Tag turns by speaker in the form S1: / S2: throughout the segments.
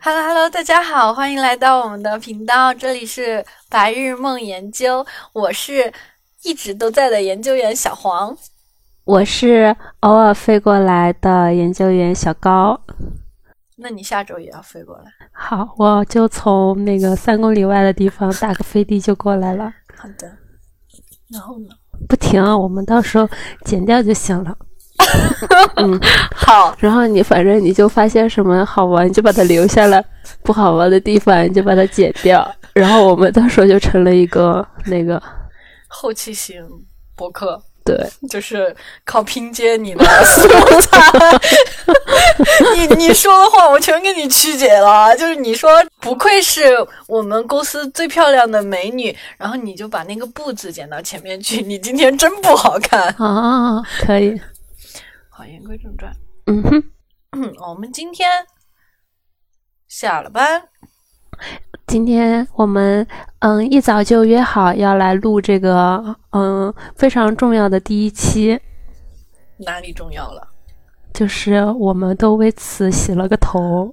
S1: Hello Hello，大家好，欢迎来到我们的频道，这里是白日梦研究，我是一直都在的研究员小黄。
S2: 我是偶尔飞过来的研究员小高。
S1: 那你下周也要飞过来？
S2: 好，我就从那个三公里外的地方打个飞的就过来了。
S1: 好的。然后呢？
S2: 不停，我们到时候剪掉就行了。
S1: 好，
S2: 然后你反正你就发现什么好玩，你就把它留下来；不好玩的地方，你就把它剪掉。然后我们到时候就成了一个那个，
S1: 后期型博客
S2: 对，
S1: 就是靠拼接你的 素材。你你说的话我全给你曲解了，啊就是你说不愧是我们公司最漂亮的美女，然后你就把那个“不”字剪到前面去，你今天真不好看。
S2: 啊，可以，
S1: 好，言归正传，
S2: 嗯哼，
S1: 嗯， 我们今天下了班，
S2: 今天我们嗯一早就约好要来录这个嗯非常重要的第一期，
S1: 哪里重要了？
S2: 就是我们都为此洗了个头。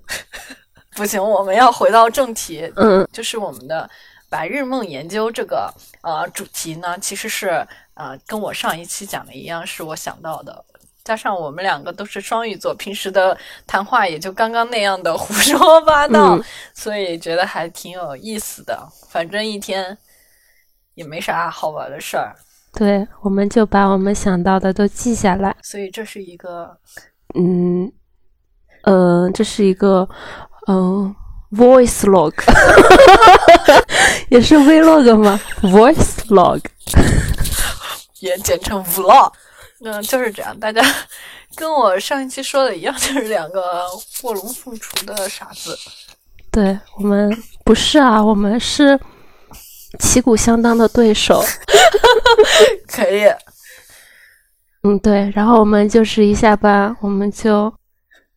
S1: 不行，我们要回到正题，
S2: 嗯
S1: 就是我们的白日梦研究这个呃主题呢，其实是呃跟我上一期讲的一样，是我想到的。加上我们两个都是双鱼座，平时的谈话也就刚刚那样的胡说八道，
S2: 嗯
S1: 所以觉得还挺有意思的。反正一天也没啥好玩的事儿，
S2: 对，我们就把我们想到的都记下来。
S1: 所以这是一个
S2: 嗯，呃，这是一个嗯、voice log，也是 vlog 吗？voice log，
S1: 也简称 vlog。嗯， 就是这样，大家 跟我上一期说的一样，就是两个卧龙凤雏的傻子。
S2: 对我们不是啊，我们是旗鼓相当的对手。
S1: 可以，
S2: 嗯，对，然后我们就是一下班，我们就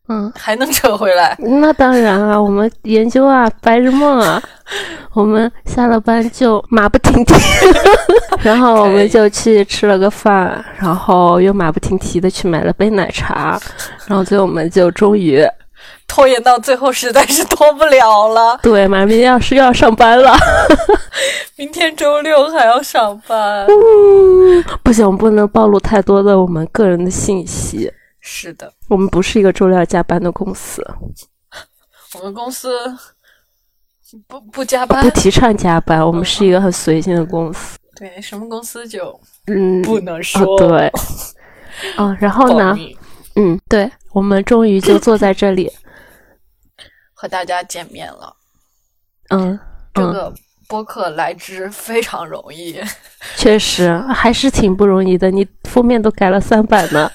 S2: 嗯，
S1: 还能扯回来。
S2: 那当然啊，我们研究啊，白日梦啊，我们下了班就马不停蹄， 然后我们就去吃了个饭，然后又马不停蹄的去买了杯奶茶，然后最后我们就终于
S1: 拖延到最后实在是拖不了了。
S2: 对，马上要是又要上班了，
S1: 明天周六还要上班。
S2: 不行，我们不能暴露太多的我们个人的信息，
S1: 是的，
S2: 我们不是一个周六要加班的公司，
S1: 我们公司不不加班
S2: 不，提倡加班，我们是一个很随性的公司，
S1: 对，什么公司就
S2: 嗯，
S1: 不能
S2: 啊
S1: 说。，
S2: 对，啊，然后呢
S1: 保？密
S2: 嗯，对，我们终于就坐在这 里。
S1: 和大家见面了。
S2: 嗯，
S1: 这
S2: 嗯
S1: 个播客来之非常容易，
S2: 确实还是挺不容易的。你封面都改了三版呢。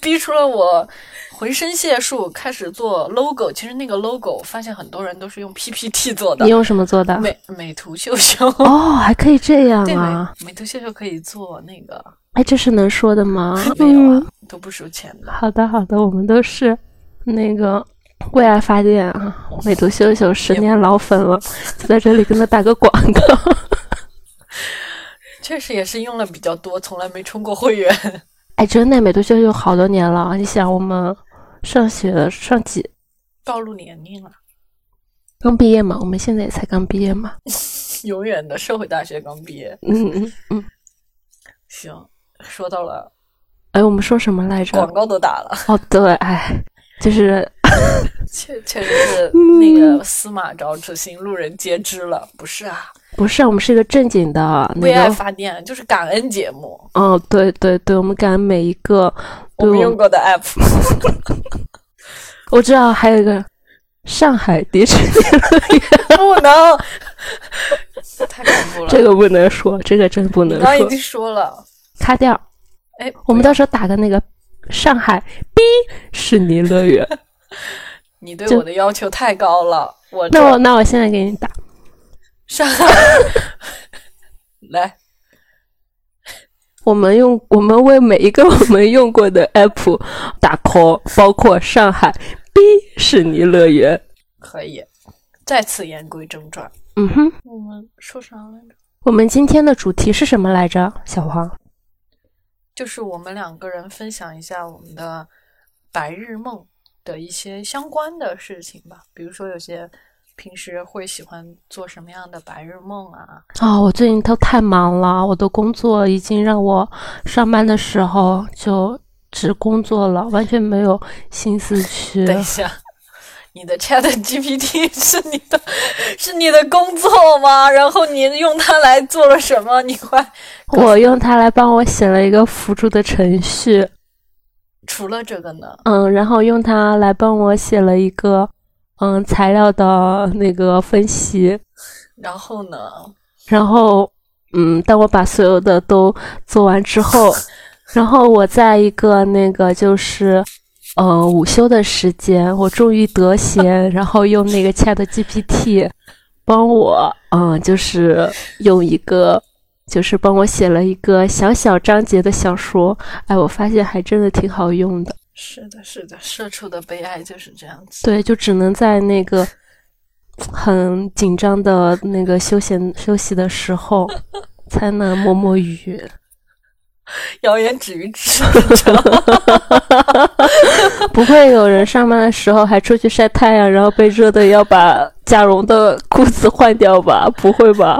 S1: 逼出了我浑身解数开始做 logo。其实那个 logo 我发现很多人都 是用 PPT 做的
S2: 你，用什么做的？
S1: 美美图秀 秀。
S2: 哦，还可以这样
S1: 对，
S2: 啊！
S1: 美美图秀秀可以做那个，
S2: 哎，这是能说的吗？
S1: 没有啊
S2: 嗯，，
S1: 都不收钱的。
S2: 好的好的，我们都是那个为爱发电啊，美图秀秀十年老 粉了，就在这里跟他打个广告。
S1: 确实也是用了比较多，从来没充过会员。
S2: 哎，真的，美图秀秀好多年了。你想，我们上学上几
S1: 暴露年龄了，
S2: 刚毕业嘛？我们现在也才刚毕业嘛。
S1: 永远的社会大学刚毕业。
S2: 嗯嗯嗯。
S1: 行，说到了
S2: 哎，我们说什么来着？
S1: 广告都打了，
S2: 哦，对，哎，就是
S1: 确确实是
S2: 嗯
S1: 那个司马昭之心，路人皆知了。不是啊，
S2: 不是我们是一个正经的
S1: 为爱
S2: 那个，
S1: 发电就是感恩节目，
S2: 哦，对对对，我们感恩每一个，
S1: 我
S2: 对
S1: 们
S2: 我
S1: 用过的 app。
S2: 我知道还有一个上海迪士尼，
S1: 不能，太恐怖了。
S2: 这个不能说，这个真不能
S1: 你刚刚已
S2: 说，
S1: 经说了，
S2: 擦掉。
S1: 哎，
S2: 我们到时候打个那个上海迪士尼 乐园，
S1: 你对
S2: 就
S1: 我的要求太高了，我
S2: 那我那我现在给你打，
S1: 上海来。
S2: 我们用我们为每一个 我们用过的 app 打 call，包括上海迪士尼乐园。
S1: 可以，再次言归正传，
S2: 嗯哼。
S1: 我们说啥来着？
S2: 我们今天的主题是什么来着？小黄，
S1: 就是我们两个人分享一下我们的白日梦的一些相关的事情吧，比如说有些平时会喜欢做什么样的白日梦啊，
S2: 啊、我最近都太忙了，我的工作已经让我上班的时候就只工作了，完全没有心思去。
S1: 等一下， 你的 Chat GPT 是你的， 是你的工作吗？然后你用它来做了什么？你快
S2: 我用它来帮我写了一个辅助的程序，
S1: 除了这个呢？
S2: 嗯，然后用它来帮我写了一个嗯材料的那个分析，
S1: 然后呢？
S2: 然后嗯，当我把所有的都做完之后，然后我在一个那个就是。呃，午休的时间，我终于得闲，然后用那个 Chat GPT 帮我，嗯，就是用一个，就是帮我写了一个小小章节的小说。哎，我发现还真的挺好用的。
S1: 是的，是的，社畜的悲哀就是这样子。
S2: 对，就只能在那个很紧张的那个休闲休息的时候，才能摸摸鱼。
S1: 谣言止于此。
S2: 不会有人上班的时候还出去晒太阳，然后被热的要把加绒的裤子换掉吧？不会吧？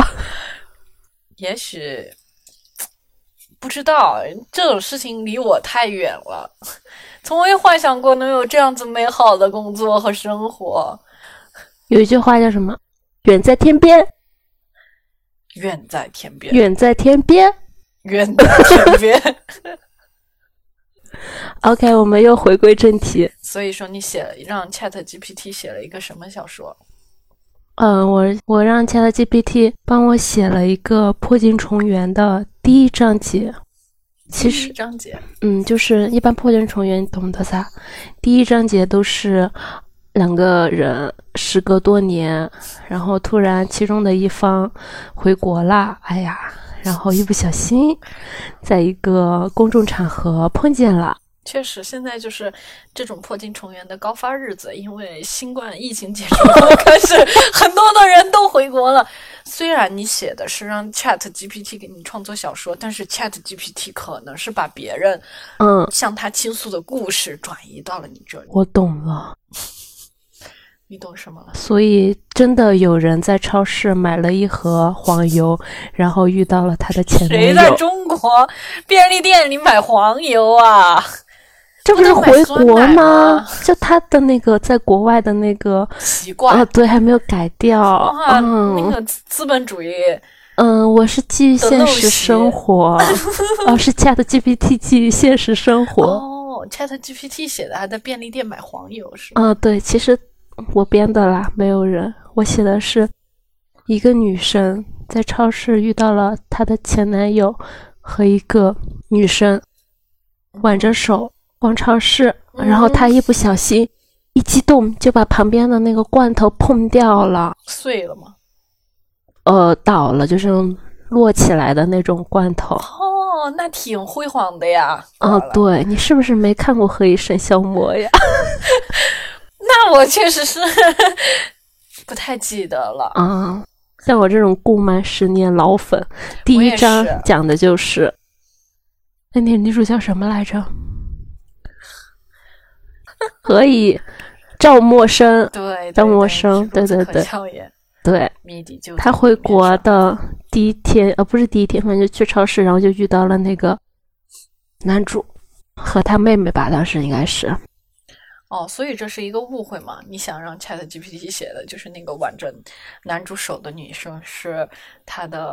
S1: 也许不知道这种事情离我太远了，从未幻想过能有这样子美好的工作和生活。
S2: 有一句话叫什么？远在天边，
S1: 远在天边，
S2: 远在天边。
S1: 远在天边。
S2: OK，我们又回归正题。
S1: 所以说，你写了让 Chat GPT 写了一个什么小说？
S2: 嗯，我我让 ChatGPT 帮我写了一个《破镜重圆》的第一章节。其实
S1: 第一章节
S2: 嗯，就是一般破镜重圆，懂得噻。第一章节都是两个人时隔多年，然后突然其中的一方回国啦，哎呀，然后一不小心在一个公众场合碰见了，
S1: 确实，现在就是这种破镜重圆的高发日子，因为新冠疫情结束后，开始很多的人都回国了。 虽然你写的是让 Chat GPT 给你创作小说，但是 Chat GPT 可能是把别人
S2: 嗯，
S1: 向他倾诉的故事转移到了你这里，
S2: 我懂了。
S1: 你懂什么了？
S2: 所以真的有人在超市买了一盒黄油，然后遇到了她的前
S1: 谁
S2: 男
S1: 在
S2: 友，
S1: 中国便利店里买黄油啊？
S2: 这
S1: 不
S2: 不是
S1: 能买
S2: 回
S1: 酸
S2: 国
S1: 奶啊
S2: 吗
S1: 吗？
S2: 就她的那个在国外的那个。
S1: 习惯
S2: 哦，对，还没有改掉。
S1: 哇，那
S2: 嗯
S1: 个资资本主义
S2: 嗯，我是基于
S1: 的
S2: 现
S1: 陋
S2: 实
S1: 习
S2: 生活， 哦，是 Chat GPT 基于现实生活。
S1: 哦，Chat GPT 写的还在便利店买黄油是吗？
S2: 嗯，对，其实我编的啦，没有人，我写的是一个女生在超市遇到了她的前男友和一个女
S1: 嗯
S2: 生挽着手逛超市，然
S1: 嗯
S2: 后她一不小心一激动就把旁边的那个罐头碰掉了。
S1: 碎了吗？
S2: 呃倒了，就是摞起来的那种罐头。
S1: 哦，那挺辉煌的呀。
S2: 啊
S1: 好，了
S2: 对你是不是没看过《何以笙箫默》 呀？
S1: 那我确实是 不太记得了。
S2: 啊，像我这种顾漫十年老粉，第
S1: 我
S2: 一
S1: 也
S2: 章
S1: 是
S2: 讲的就是，哎，那女主叫什么 来着？何以赵默笙？
S1: 对，
S2: 张
S1: 对
S2: 默
S1: 对
S2: 生
S1: 孺子
S2: 对对
S1: 可
S2: 对
S1: 教也，
S2: 对，
S1: 谜底就
S2: 她
S1: 在
S2: 回
S1: 谜面
S2: 国
S1: 上
S2: 的第一天，呃，不是第一天，反正就去超市，然后就遇到了那个男主和他妹妹吧，当时应该是。
S1: 哦，所以这是一个误会嘛？你想让 Chat GPT 写的就是那个挽着男主手的女生是她的，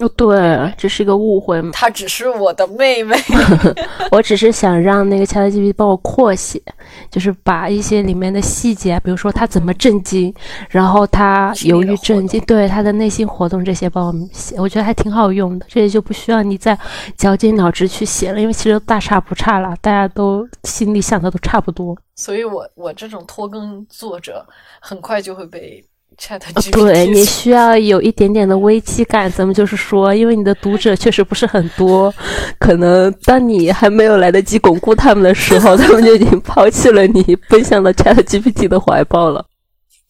S2: 哦，对，这是一个误会嘛。
S1: 她只是我的妹妹。
S2: 我只是想让那个 ChatGPT 帮我扩写，就是把一些里面的细节，比如说他怎么震惊，然后他
S1: 心理
S2: 由
S1: 的
S2: 于
S1: 活
S2: 震惊，对他的内心活动这些帮我们写，我觉得还挺好用的。这也就不需要你再绞尽脑汁去写了，因为其实大差不差了，大家都心里想的都差不多。
S1: 所以我我这种拖更作者很快就会被 Chat
S2: 呃 对
S1: GPT
S2: 你需要有一点点的危机感，咱们就是说，因为你的读者确实不是很多，可能当你还没有来得及巩固他们的时候， 他们就已经抛弃了你，奔向了 ChatGPT 的怀抱了。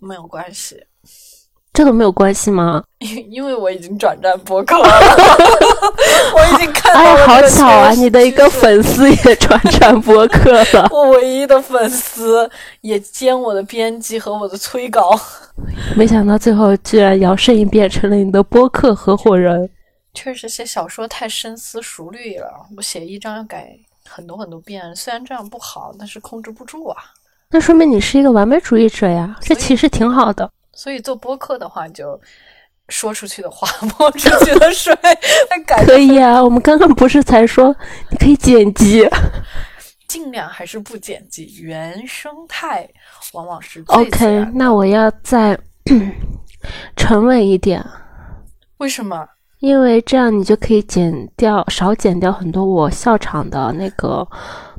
S1: 没有关系。
S2: 这个没有关系吗？
S1: 因因为我已经转战播 客了，我已经看到
S2: 哎
S1: 了
S2: 呀，好
S1: 这个
S2: 巧啊！
S1: 趋势
S2: 你的一个粉丝也 转战播客了，
S1: 我唯一的粉丝，也兼我的编辑和我的催稿，
S2: 没想到最后居然摇身一变成了你的播客合伙人。
S1: 确实写小说太深思熟虑了，我写一章要改很多很多遍，虽然这样不好，但是控制不住啊。
S2: 那说明你是一个完美主义者呀，这
S1: 所以
S2: 其实挺好的。
S1: 所以做播客的话，就说出去的话， 泼出去的水， 那感
S2: 可以啊，我们刚刚不是才说你可以剪辑？
S1: 尽量还是不剪辑，原生态往往是最自
S2: OK，
S1: 然
S2: 那我要再 沉稳一点，
S1: 为什么？
S2: 因为这样你就可以剪掉少剪掉很多我笑场的那个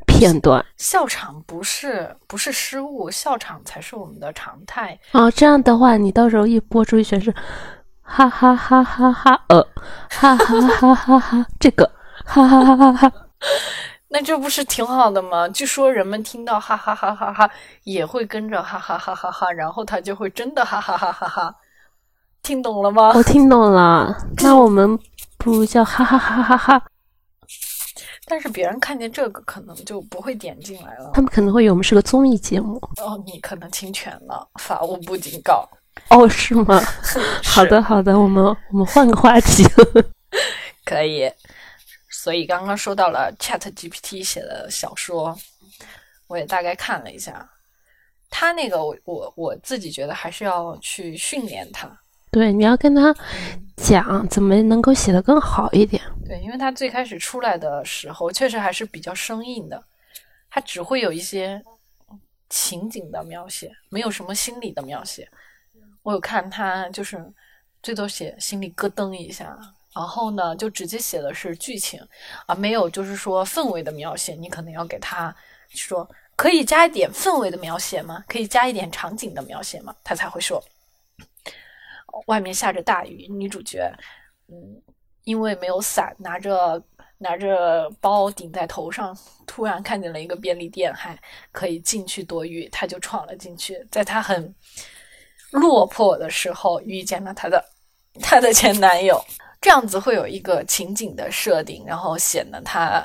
S2: 片段
S1: 笑场不是不是失误，笑场才是我们的常态。
S2: 哦。这样的话，你到时候一播出去全是 哈哈哈哈哈呃，哈哈哈哈哈 这个哈哈哈哈哈。
S1: 那这不是挺好的吗？据说人们听到哈哈哈哈哈，也会跟着哈哈哈哈哈，然后他就会真的哈哈哈哈哈。听懂了吗？
S2: 我听懂了，那我们不如叫哈哈哈哈哈，
S1: 但是别人看见这个，可能就不会点进来了
S2: 他。们可能会以为我们是个综艺节目
S1: 哦，你可能侵权了，法务部警告。
S2: 哦，是吗？好的，好的，我们我们换个话题。
S1: 可以。所以刚刚说到了 Chat GPT 写的小说，我也大概看了一下，他那个我我我自己觉得还是要去训练它，
S2: 对，你要跟他讲怎么能够写得更好一点。
S1: 对，因为它最开始出来的时候确实还是比较生硬的，它只会有一些情景的描写，没有什么心理的描写。我有看它就是最多写心里咯噔一下，然后呢就直接写的是剧情啊，没有就是说氛围的描写，你可能要给它说可以加一点氛围的描写吗？可以加一点场景的描写吗？它才会说。外面下着大雨，女主角，嗯，因为没有伞，拿着拿着包顶在头上，突然看见了一个便利店，还可以进去躲雨，他就闯了进去。在他很落魄的时候，遇见了他的他的前男友，这样子会有一个情景的设定，然后显得他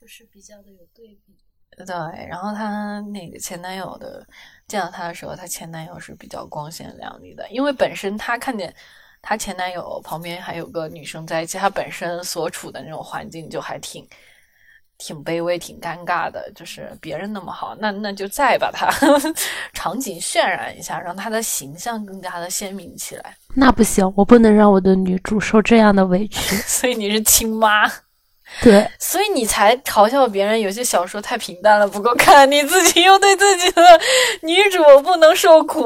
S2: 就是比较的有对比。
S1: 对，然后她那个前男友的见到她的时候，她前男友是比较光鲜亮丽的，因为本身她看见她前男友旁边还有个女生在一起，她本身所处的那种环境就还挺挺卑微、挺尴尬的，就是别人那么好，那那就再把她 场景渲染一下，让她的形象更加的鲜明起来。
S2: 那不行，我不能让我的女主受这样的委 屈。
S1: 所以你是亲妈，
S2: 对，
S1: 所以你才嘲笑别人有些小说太平淡了不够看，你自己又对自己的女主不能受苦，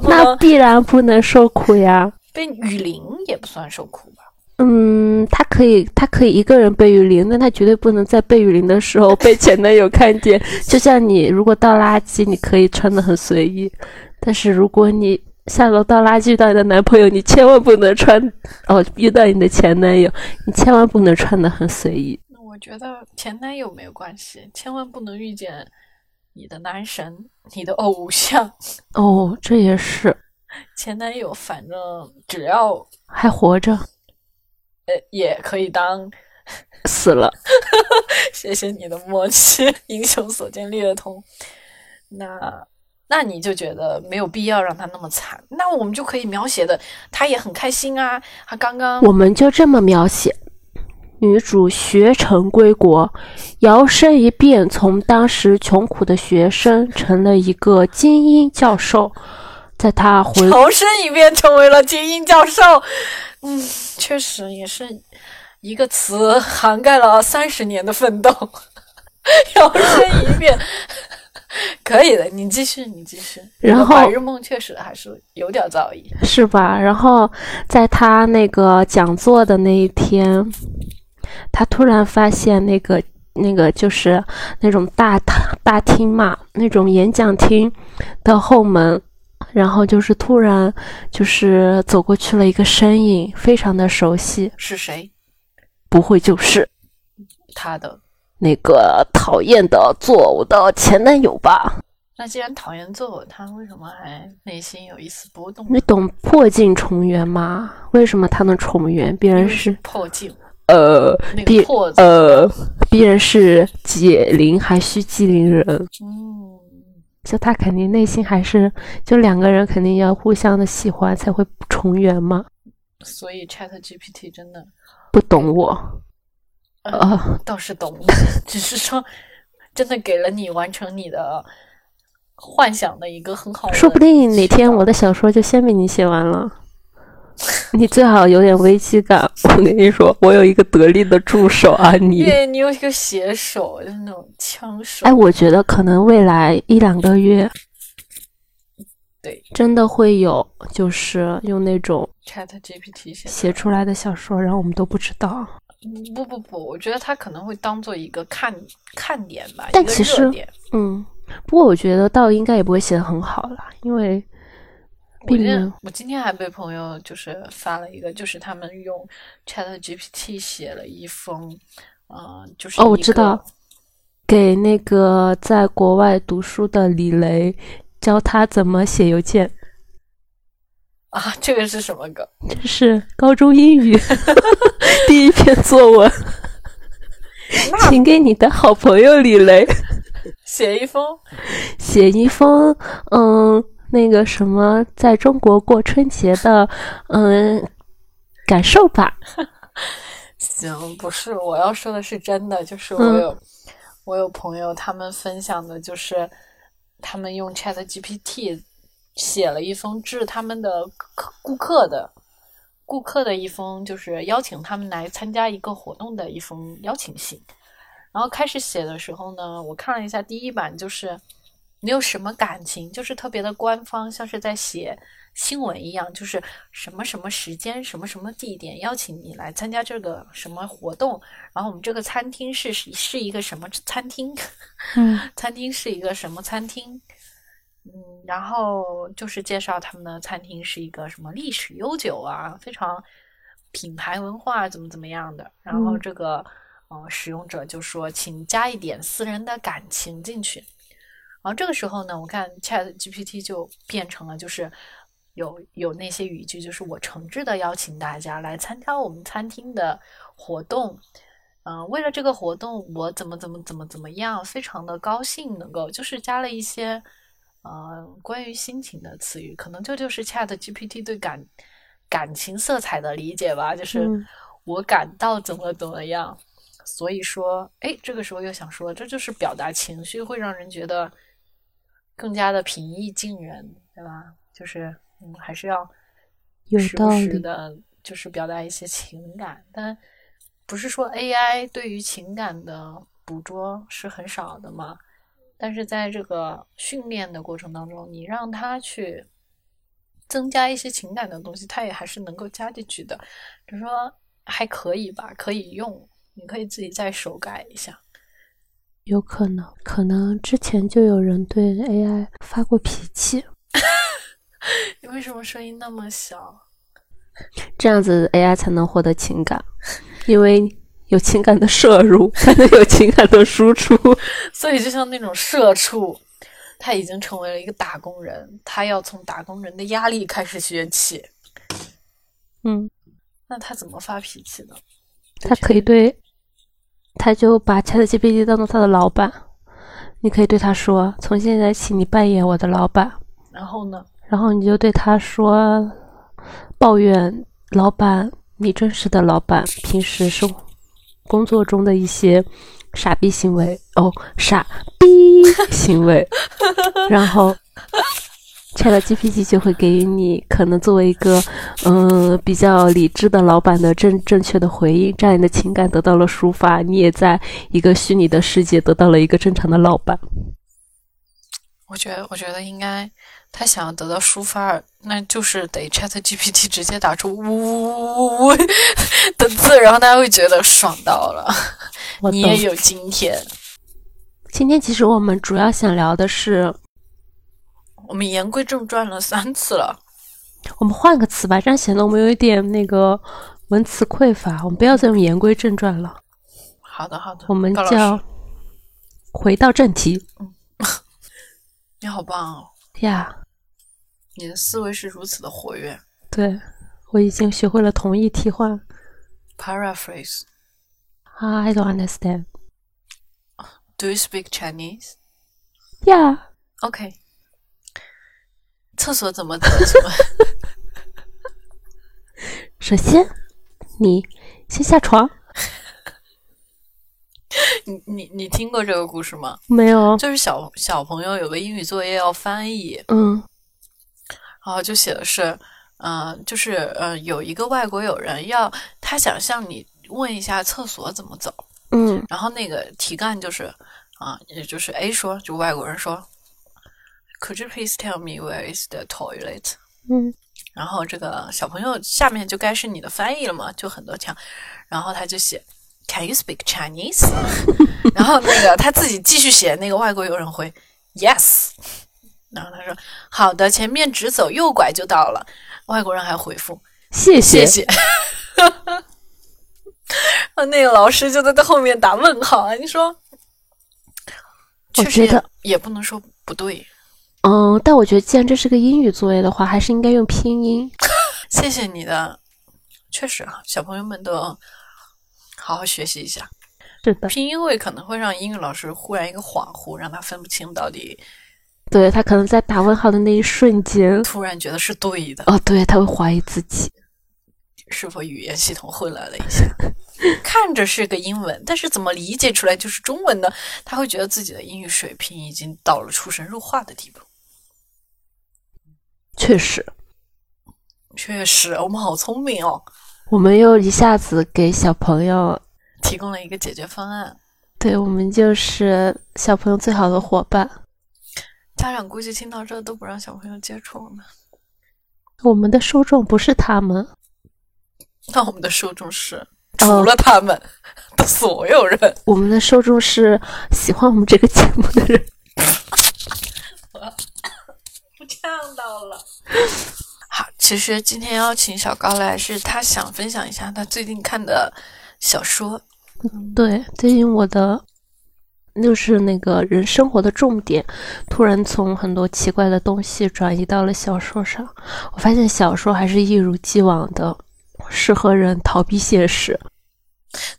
S1: 不
S2: 那
S1: 能
S2: 必然不能受苦呀。
S1: 被雨林也不算受苦吧？
S2: 嗯，她可以，她可以一个人背雨林，但她绝对不能在背雨林的时候被前男友看 见。就像你如果倒垃圾，你可以穿的很随意，但是如果你下楼倒垃圾遇到你的男朋友，你千万不能穿哦，遇到你的前男友，你千万不能穿的很随意。
S1: 那我觉得前男友没有关系，千万不能遇见你的男神、你的偶像。
S2: 哦，这也是
S1: 前男友反正只要
S2: 还活着，
S1: 呃也可以当，
S2: 死了。
S1: 谢谢你的默契，英雄所见略同。那那你就觉得没有必要让他那么惨，那我们就可以描写的他也很开心啊，他刚刚
S2: 我们就这么描写：女主学成归国，摇身一变，从当时穷苦的学生成了一个精英教授。在她回
S1: 投身一变成为了精英教授。嗯，确实也是一个词涵盖了三十年的奋斗。 摇身一变，可以的，你继续，你继续。
S2: 然后
S1: 白日梦确实还是有点造诣。
S2: 是吧？然后在她那个讲座的那一天，她突然发现那个那个就是那种大堂大厅嘛，那种演讲厅的后门，然后就是突然就是走过去了一个身影，非常的熟悉，
S1: 是谁？
S2: 不会就是
S1: 他的
S2: 那个讨厌的做我的前男友吧？
S1: 那既然讨厌作我，他为什么还内心有一丝波动呢？
S2: 你懂破镜重圆吗？为什么他能重圆？必
S1: 嗯
S2: 然是
S1: 破镜，
S2: 呃
S1: 那
S2: 必
S1: 个破字，
S2: 呃，必然是解铃还须系铃人。
S1: 嗯，
S2: 就他肯定内心还是，就两个人肯定要互相的喜欢才会重圆嘛。
S1: 所以 Chat GPT 真的
S2: 不懂我，
S1: 呃
S2: 呃，
S1: 倒是懂， 只是说真的给了你完成你的幻想的一个很好的渠道，
S2: 说不定哪天我的小说就先被你写完了。你最好有点危机感。我跟你说，我有一个得力的助手啊，你。
S1: 对你有一个写手，就是那种枪手，
S2: 哎，我觉得可能未来一两个月，
S1: 对
S2: 真的会有，就是用那种
S1: Chat GPT 写的。
S2: 写出来的小说，然后我们都不知道。
S1: 嗯不不不，我觉得他可能会当做一个看看点吧，
S2: 但
S1: 一个
S2: 其实
S1: 热点。
S2: 嗯，不过我觉得倒应该也不会写的很好啦，因为
S1: 我
S2: 并没
S1: 今
S2: 有
S1: 天我今天还被朋友就是发了一个，就是他们用 Chat GPT 写了一封，嗯、就是
S2: 哦我
S1: 一
S2: 知
S1: 个
S2: 道，给那个在国外读书的李雷教他怎么写邮件，
S1: 啊，这个是什么梗？
S2: 这是高中英语 第一篇作 文，请给你的好朋友李雷
S1: 写一封
S2: 写一封，嗯，那个什么，在中国过春节的，嗯，感受吧。
S1: 行，不是我要说的是真的，就是我
S2: 嗯
S1: 有、我有朋友他们分享的，就是他们用 Chat GPT 写了一封致他们的客顾客的顾客的一封，就是邀请他们来参加一个活动的一封邀请信。然后开始写的时候呢，我看了一下第一版，就是没有什么感情，就是特别的官方，像是在写新闻一样，就是什么什么时间、什么什么地点邀请你来参加这个什么活动，然后我们这个餐厅是是一个什么餐厅，
S2: 嗯，
S1: 餐厅是一个什么餐厅。嗯，然后就是介绍他们的餐厅是一个什么历史悠久啊，非常品牌文化怎么怎么样的。然后
S2: 嗯
S1: 这个、呃使用者就说，请加一点私人的感情进去。然后这个时候呢，我看 Chat GPT 就变成了就是有有那些语句，就是我诚挚的邀请大家来参加我们餐厅的活动。嗯、为了这个活动，我怎么怎么怎么怎么样，非常的高兴，能够就是加了一些，呃，关于心情的词语，可能这就是 Chat GPT 对感感情色彩的理解吧，就是
S2: 嗯
S1: 我感到怎么怎么样，所以说，哎，这个时候又想说，这就是表达情绪，会让人觉得更加的平易近人，对吧？就是，嗯，还是要
S2: 有
S1: 时
S2: 道
S1: 不时
S2: 理
S1: 的，就是表达一些情感，但不是说 AI 对于情感的捕捉是很少的嘛？但是在这个训练的过程当中，你让他去增加一些情感的东西，他也还是能够加进去的。就说还可以吧，可以用，你可以自己再手改一下。
S2: 有可能，可能之前就有人对 AI 发过脾气，
S1: 你为什么声音那么小？
S2: 这样子 AI 才能获得情感，因为有情感的摄入，才能有情感的输出。
S1: 所以就像那种社畜，他已经成为了一个打工人，他要从打工人的压力开始学起。
S2: 嗯，
S1: 那他怎么发脾气呢？
S2: 他可以对，他就把 ChatGPT 当做他的老板，你可以对他说：“从现在起，你扮演我的老板。”
S1: 然后呢？
S2: 然后你就对他说，抱怨老板，你真实的老板平时生工作中的一些傻逼行为哦，傻逼 行为，然后 ChatGPT 就会给予你可能作为一个嗯、呃比较理智的老板的正正确的回应，这样你的情感得到了抒发，你也在一个虚拟的世界得到了一个正常的老板。
S1: 我觉得，我觉得应该，他想要得到抒发，那就是得 Chat GPT 直接打出呜呜呜呜呜的字，然后大家会觉得爽到了。
S2: 我
S1: 你
S2: 懂
S1: 也有今天。
S2: 今天其实我们主要想聊的是
S1: 我们言归正传了三次了，
S2: 我们换个词吧，这样显得我们有一点那个文词匮乏。我们不要再用言归正传了，
S1: 好的好的，
S2: 我们
S1: 高老师
S2: 叫回到正题。
S1: 你好棒哦，
S2: 呀。
S1: 你的思维是如此的活跃。
S2: 对，我已经学会了同义替换。
S1: Paraphrase:
S2: I don't understand.
S1: Do you speak Chinese?
S2: Yeah.
S1: OK。厕所怎么走？ 请问
S2: 首先，你先下床。
S1: 你你你听过这个故事吗？
S2: 没有。
S1: 就是小小朋友有个英语作业要翻译，
S2: 嗯
S1: 然后就写的是，嗯、就是呃，有一个外国友人要他想向你问一下厕所怎么走，
S2: 嗯
S1: 然后那个题干就是啊、也就是 A 说，就外国人说，Could you please tell me where is the toilet？
S2: 嗯
S1: 然后这个小朋友下面就该是你的翻译了嘛，就很多腔，然后他就写 Can you speak Chinese？然 后那个他自己继续写，那个外国友人回 Yes，然后他说好的，前面直走右拐就到了。外国人还回复
S2: 谢
S1: 谢谢。 那个老师就在他后面打问号啊，你说，
S2: 我
S1: 确实也
S2: 觉得
S1: 也不能说不对，
S2: 嗯，但我觉得既然这是个英语作业的话，还是应该用拼音。
S1: 谢谢你的，确实啊，小朋友们都好好学习一下。
S2: 是的，
S1: 拼音会可能会让英语老师忽然一个恍惚，让他分不清到底，
S2: 对他可能在打问号的那一瞬间，
S1: 突然觉得是对的，
S2: 哦，对他会怀疑自己。
S1: 是否语言系统混乱了一下？看着是个英文，但是怎么理解出来就是中文呢？他会觉得自己的英语水平已经到了出神入化的地步。
S2: 确实，
S1: 确实，我们好聪明哦，
S2: 我们又一下子给小朋友，
S1: 提供了一个解决方案。
S2: 对我们就是小朋友最好的伙伴。
S1: 家长估计听到这都不让小朋友接触了呢。
S2: 我们的受众不是他们，呃
S1: 那我们的受众是除了他们的所有人。
S2: 我们的受众是喜欢我们这个节目的 人。
S1: 不呛到了。好，其实今天邀请小高来是他想分享一下他最近看的小说。
S2: 对，最近我的就是那个人生活的重点，突然从很多奇怪的东西转移到了小说上。我发现小说还是一如既往的适合人逃避现实。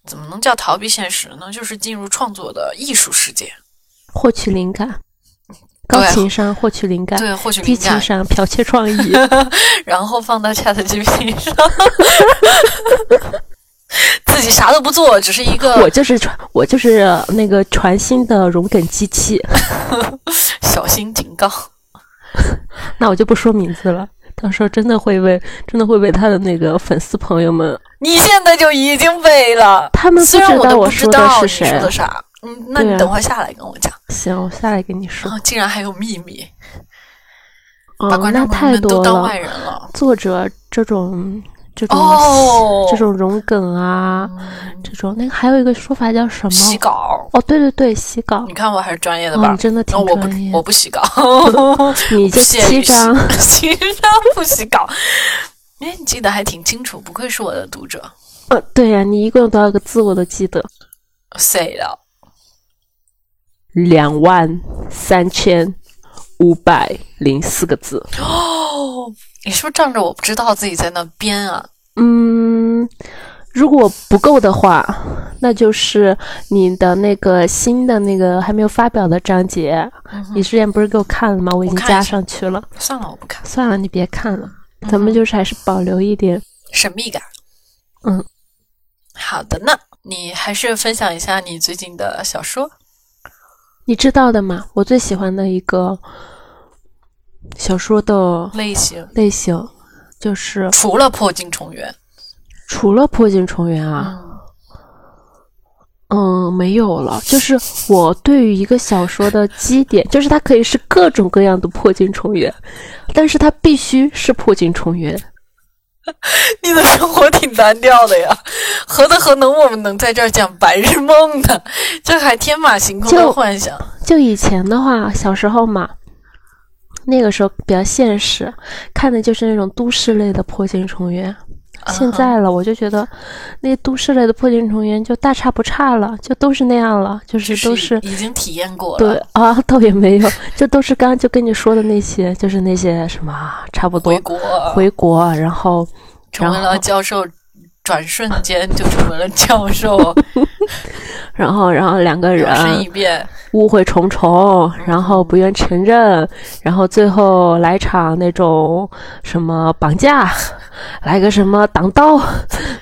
S1: 怎么能叫逃避现实呢？就是进入创作的艺术世界，
S2: 获取灵感，高
S1: 对啊
S2: 情商获取灵感，
S1: 对，获取
S2: 低
S1: 灵
S2: 情
S1: 感，
S2: 商剽窃创意。
S1: 然后放到 ChatGPT 上， 自己啥都不做，只是一
S2: 我
S1: 个
S2: 就是传，我就是那个传新的容梗机器。
S1: 小心警告。
S2: 那我就不说名字了，到时候真的会被，真的会被他的那个粉丝朋友们，
S1: 你现在就已经背了，
S2: 他们不
S1: 虽然
S2: 知
S1: 我
S2: 道
S1: 都不知
S2: 说的
S1: 道
S2: 是
S1: 你
S2: 谁。
S1: 说的啥。嗯，那
S2: 对
S1: 你
S2: 啊
S1: 等会儿下来跟我讲。
S2: 行，我下来跟你
S1: 然
S2: 说。
S1: 后竟然还有秘密，嗯把
S2: 嗯，
S1: 观
S2: 那
S1: 众朋友
S2: 太
S1: 们都
S2: 多
S1: 当外
S2: 了。
S1: 人了。
S2: 作者这种这种、
S1: 哦，
S2: 这种容梗啊，
S1: 嗯
S2: 这种那个还有一个说法叫什
S1: 洗
S2: 么？
S1: 稿。
S2: 哦，对对对，洗稿
S1: 你。看我还是专业的
S2: 哦，
S1: 吧
S2: 你？真的挺
S1: 那我不
S2: 专业。
S1: 我不洗稿，
S2: 你
S1: 不
S2: 就
S1: 屑
S2: 七
S1: 于洗
S2: 张，
S1: 七张不洗稿。哎，你记得还挺清楚，不愧是我的读者。
S2: 呃，对呀、你一共有多少个字我都记得，
S1: 谁的？
S2: 两万三千五百零四个字。
S1: 哦，你是不是仗着我不知道自己在那编啊？
S2: 嗯，如果不够的话，那就是你的那个新的那个还没有发表的章节。
S1: 嗯哼
S2: 你之前不是给我看了吗？我已
S1: 我
S2: 经
S1: 看一
S2: 加
S1: 下
S2: 上去了。
S1: 算了，我不看，
S2: 算了，你别看了，咱
S1: 嗯
S2: 们
S1: 哼
S2: 就是还是保留一点。
S1: 神秘感。
S2: 嗯，
S1: 好的呢，你还是分享一下你最近的小说。
S2: 你知道的嘛，我最喜欢的一个小说的
S1: 类型，
S2: 类型，就是
S1: 除了《破镜重圆》
S2: 除了《破镜重圆》啊，
S1: 嗯，
S2: 嗯，没有了。就是我对于一个小说的基点，就是它可以是各种各样的破镜重圆，但是它必须是破镜重圆。
S1: 你的生活挺单调的呀，何德何能，我们能在这儿讲白日梦呢？这还天马行空的
S2: 就
S1: 幻想。
S2: 就以前的话，小时候嘛，那个时候比较现实，看的就是那种都市类的破镜重圆。现在了，我就觉得那些都市类的破镜重圆就大差不差了，就都是那样了，就是
S1: 就
S2: 都
S1: 是
S2: 是
S1: 已经体验过了。
S2: 对啊， 倒也没有，就都是刚刚就跟你说的那些，就是那些什么啊差不多
S1: 回国
S2: 回国，然后
S1: 成为
S2: 然
S1: 了
S2: 后
S1: 教授，转瞬间就成为了教 授，
S2: 然后然后两个
S1: 摇身
S2: 人
S1: 一变，
S2: 误会重
S1: 嗯
S2: 重，然后不愿承认，然后最后来场那种什么绑架，来个什么挡刀，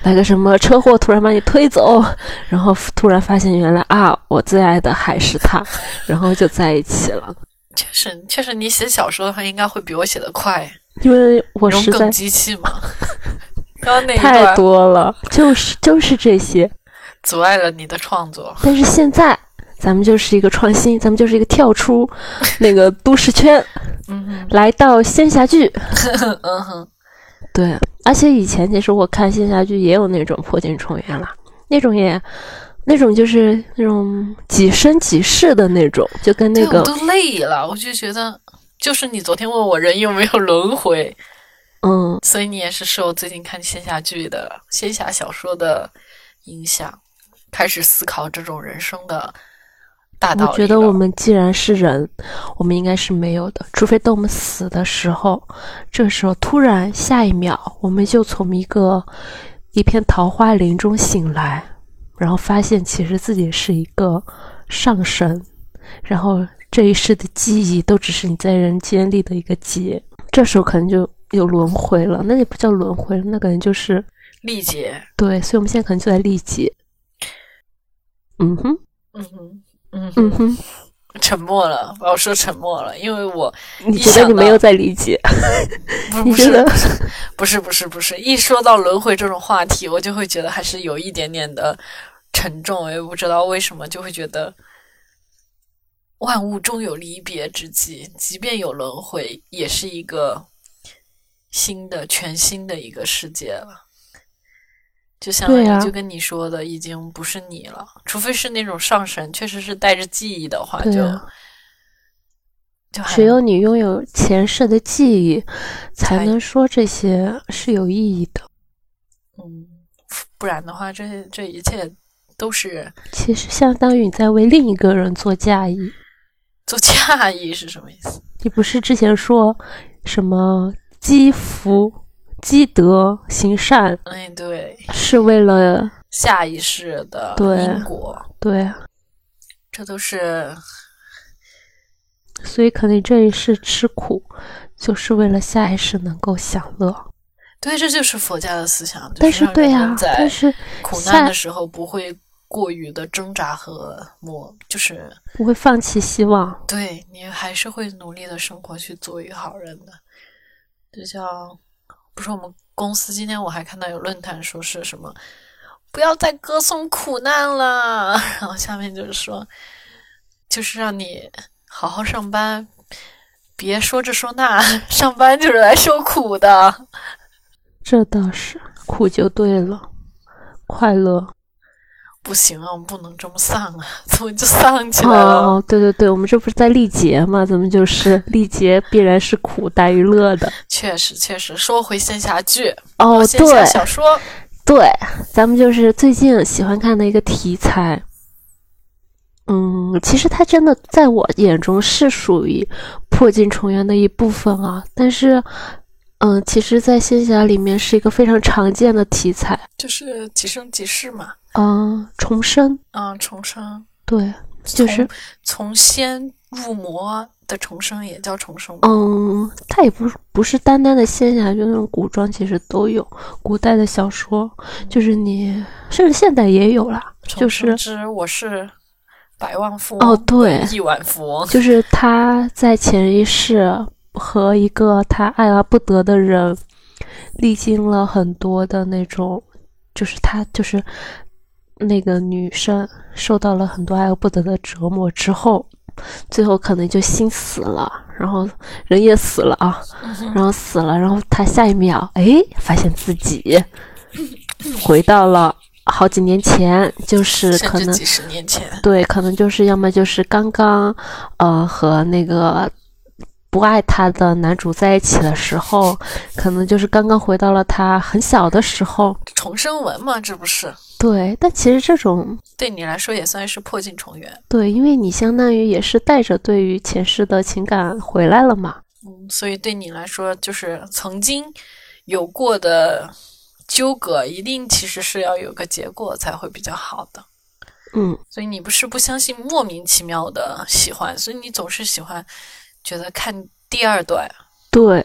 S2: 来个什么车祸突然把你推走，然后突然发现原来啊，我最爱的还是他，然后就在一起了。
S1: 确实，确实，你写小说的话，应该会比我写的快，
S2: 因为我
S1: 用
S2: 实在
S1: 更机器嘛。 刚刚那一
S2: 太
S1: 段
S2: 多了，就是就是这些。
S1: 阻碍了你的创作，
S2: 但是现在咱们就是一个创新，咱们就是一个跳 出那个都市圈，
S1: 嗯
S2: 来到仙侠剧。
S1: 哼，嗯哼，
S2: 对，而且以前其实我看仙侠剧也有那种破镜重圆啦，那种也。那种就是那种几生几世的那种，就跟那
S1: 对
S2: 个
S1: 我都累了，我就觉得，就是你昨天问我人有没有轮回，
S2: 嗯，
S1: 所以你也是受最近看仙侠剧的仙侠小说的影响，开始思考这种人生的大道理
S2: 我
S1: 了。
S2: 觉得我们既然是人，我们应该是没有的，除非等我们死的时候，这时候突然下一秒，我们就从一个一片桃花林中醒来，然后发现其实自己是一个上神，然后这一世的记忆都只是你在人间立的一个结，这时候可能就有轮回了，那也不叫轮回了，那可能就是
S1: 历劫，
S2: 对，所以我们现在可能就在历劫。嗯哼，
S1: 嗯哼，嗯哼，
S2: 嗯哼，
S1: 沉默了，我要说沉默了，因为我
S2: 你
S1: 一
S2: 觉得
S1: 想
S2: 你没
S1: 到
S2: 有在理解？
S1: 不是
S2: 你
S1: 不
S2: 觉
S1: 是
S2: 得
S1: 不是不是不是不是，一说到轮回这种话题，我就会觉得还是有一点点的沉重，我也不知道为什么，就会觉得万物终有离别之际，即便有轮回，也是一个新的、全新的一个世界了。就相当
S2: 对
S1: 于
S2: 啊
S1: 就跟你说的，已经不是你了，除非是那种上神，确实是带着记忆的话，
S2: 对
S1: 就
S2: 啊
S1: 就还
S2: 只有你拥有前世的记忆，才
S1: 才
S2: 能说这些是有意义的。
S1: 嗯，不然的话，这这一切都是
S2: 其实相当于你在为另一个人做嫁衣。
S1: 做嫁衣是什么意思？
S2: 你不是之前说什么积福、积德、行善
S1: 哎，对，
S2: 是为了
S1: 下一世的
S2: 对
S1: 因果，
S2: 对，啊
S1: 这都是
S2: 所以可能这一世吃苦，就是为了下一世能够享乐。
S1: 对，这就是佛家的思想。就
S2: 但是
S1: 让
S2: 对
S1: 人
S2: 呀、
S1: 们在
S2: 但是
S1: 苦难
S2: 下
S1: 的时候不会过于的挣扎和磨，就是
S2: 不会放弃希望。
S1: 对你还是会努力的生活去做一个好人的。就像不是我们公司今天我还看到有论坛说是什么，不要再歌颂苦难了， 然后下面就是说，就是让你好好上班，别说这说那， 上班就是来受苦的。
S2: 这倒是苦就对了，快乐
S1: 不行啊，我们不能这么丧啊，怎么就丧起来了？
S2: 哦， 对对对，我们这不是在历劫嘛？咱们就是历劫必然是苦大于乐的。
S1: 确实，确实，说回仙侠剧，
S2: 哦，
S1: 仙侠
S2: 对
S1: 小说，
S2: 对，咱们就是最近喜欢看的一个题材。嗯，其实它真的在我眼中是属于破镜重圆的一部分啊，但是，嗯，其实，在仙侠里面是一个非常常见的题材。
S1: 就是几生几世嘛，
S2: 嗯，重生，
S1: 嗯，重生。
S2: 对，就是
S1: 从从仙入魔的重生也叫重生吗？
S2: 嗯，它也不是不是单单的仙侠，就那种古装其实都有，古代的小说就是你，甚至现代也有啦，就
S1: 重生
S2: 是
S1: 之我是百万富翁
S2: 哦对，
S1: 亿万富翁，
S2: 就是他在前一世和一个他爱而不得的人，历经了很多的那种，就是他就是那个女生受到了很多爱而不得的折磨之后，最后可能就心死了，然后人也死了啊，然后死了，然后他下一秒哎发现自己回到了好几年前，就是
S1: 甚
S2: 可
S1: 至
S2: 能
S1: 几十年前，
S2: 对，可能就是要么就是刚刚，呃，和那个不爱他的男主在一起的时候，可能就是刚刚回到了他很小的时候。
S1: 重生文嘛，这不是
S2: 对，但其实这种
S1: 对你来说也算是破镜重圆。
S2: 对，因为你相当于也是带着对于前世的情感回来了嘛。
S1: 嗯，所以对你来说，就是曾经有过的纠葛，一定其实是要有个结果才会比较好的。
S2: 嗯，
S1: 所以你不是不相信莫名其妙的喜欢，所以你总是喜欢觉得看第二段
S2: 对，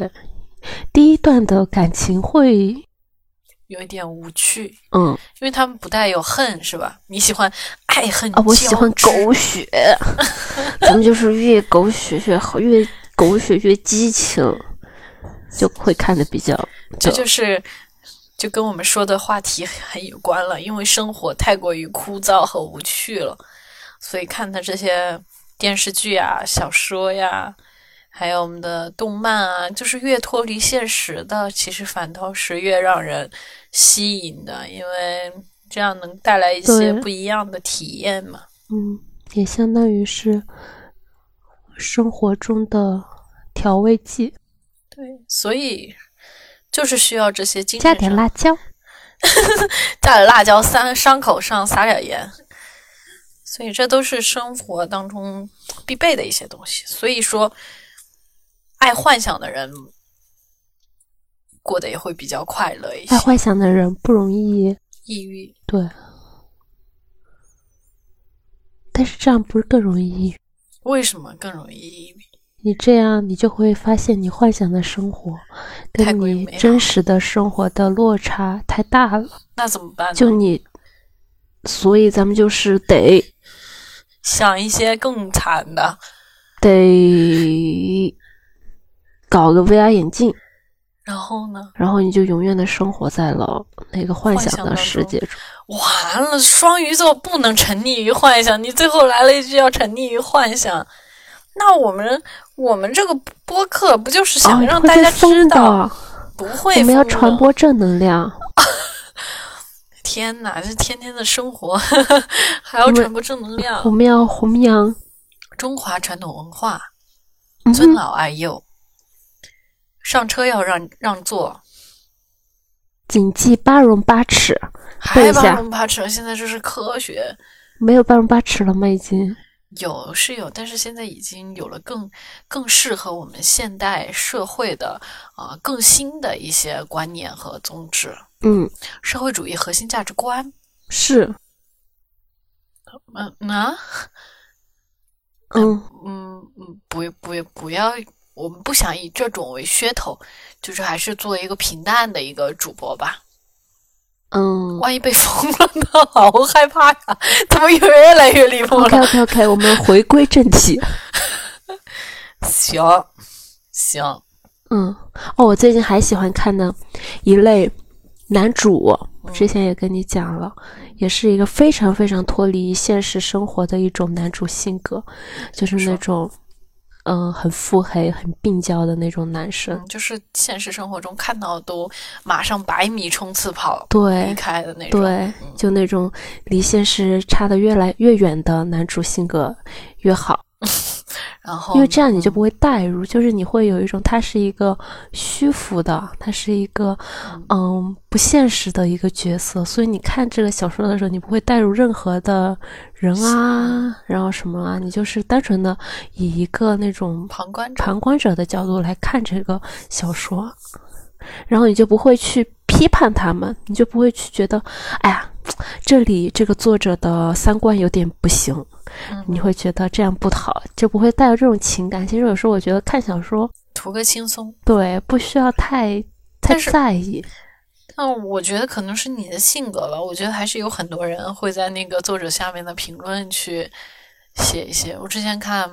S2: 第一段的感情会，
S1: 有一点无趣，
S2: 嗯
S1: 因为他们不带有恨，是吧？你喜欢爱恨
S2: 啊，我
S1: 交
S2: 喜欢
S1: 织
S2: 狗血， 咱们就是越狗血越好，越狗血越激情，就会看的比较
S1: 这就是就跟我们说的话题很有关了，因为生活太过于枯燥和无趣了，所以看的这些电视剧啊、小说呀，还有我们的动漫啊，就是越脱离现实的，其实反倒是越让人吸引的，因为这样能带来一些
S2: 对
S1: 不一样的体验嘛。
S2: 嗯，也相当于是生活中的调味剂，
S1: 对，所以就是需要这些精神
S2: 加
S1: 上
S2: 点辣椒。
S1: 加点辣椒，三伤口上撒点盐，所以这都是生活当中必备的一些东西。所以说，爱幻想的人过得也会比较快乐一些
S2: 爱。幻想的人不容易，
S1: 抑郁，
S2: 对。但是这样不是更容易抑郁？
S1: 为什么更容易抑郁？
S2: 你这样，你就会发现你幻想的生活
S1: 太
S2: 跟
S1: 过于
S2: 你
S1: 美好
S2: 真实的生活的落差太大了。
S1: 那怎么办呢？
S2: 就你，所以咱们就是得
S1: 想一些更惨的，
S2: 得搞个 VR 眼镜，
S1: 然后呢？
S2: 然后你就永远的生活在了那个幻
S1: 幻想
S2: 想的
S1: 当
S2: 世
S1: 中
S2: 界中。
S1: 完了，双鱼座不能沉溺于幻想。你最后来了一句要沉溺于幻想，那我们我们这个播客不就是想
S2: 哦，
S1: 让
S2: 会
S1: 大
S2: 被
S1: 家知
S2: 封的
S1: 道？不会，
S2: 我们要传。播正能量。
S1: 天哪，这天天的生活 还要传播正能量
S2: 我，们要弘扬
S1: 中华传统文化，
S2: 嗯
S1: 尊
S2: 哼
S1: 老爱幼，上车要让让座，
S2: 谨记八荣八耻，
S1: 还
S2: 背一下
S1: 八荣八耻。现在这是科学，
S2: 没有八荣八耻了吗？已经
S1: 有是有，但是现在已经有了更更适合我们现代社会的啊、呃更新的一些观念和宗旨，
S2: 嗯
S1: 社会主义核心价值观。
S2: 是
S1: 嗯啊，
S2: 嗯
S1: 嗯嗯，不不不要，我们不想以这种为噱头，就是还是做一个平淡的一个主播吧。
S2: 嗯。
S1: 万一被封了呢？ 好害怕呀！怎么越来越离谱了
S2: OK？OK OK，我们回归正题。
S1: 行行，
S2: 嗯，哦，我最近还喜欢看的一类男主，我之前也跟你讲了，也是一个非常非常脱离现实生活的一种男主性格，就是
S1: 是
S2: 那种嗯、呃很腹黑、很病娇的那种男生。
S1: 嗯，就是现实生活中看到都马上百米冲刺跑离
S2: 对
S1: 开的那种。
S2: 对，就那种离现实差得越来越远的男主性格越好。
S1: 然后
S2: 因为这样你就不会代入，就是你会有一种它是一个虚浮的，它是一个嗯不现实的一个角色，所以你看这个小说的时候，你不会带入任何的人啊，然后什么啊，你就是单纯的以一个那种
S1: 旁观者，
S2: 旁观者的角度来看这个小说，然后你就不会去批判他们，你就不会去觉得，哎呀，这里这个作者的三观有点不行，
S1: 嗯
S2: 你会觉得这样不好，就不会带有这种情感。其实有时候我觉得看小说，
S1: 图个轻松。
S2: 对，不需要太太
S1: 但是
S2: 在意，
S1: 但我觉得可能是你的性格了，我觉得还是有很多人会在那个作者下面的评论去写一些。我之前看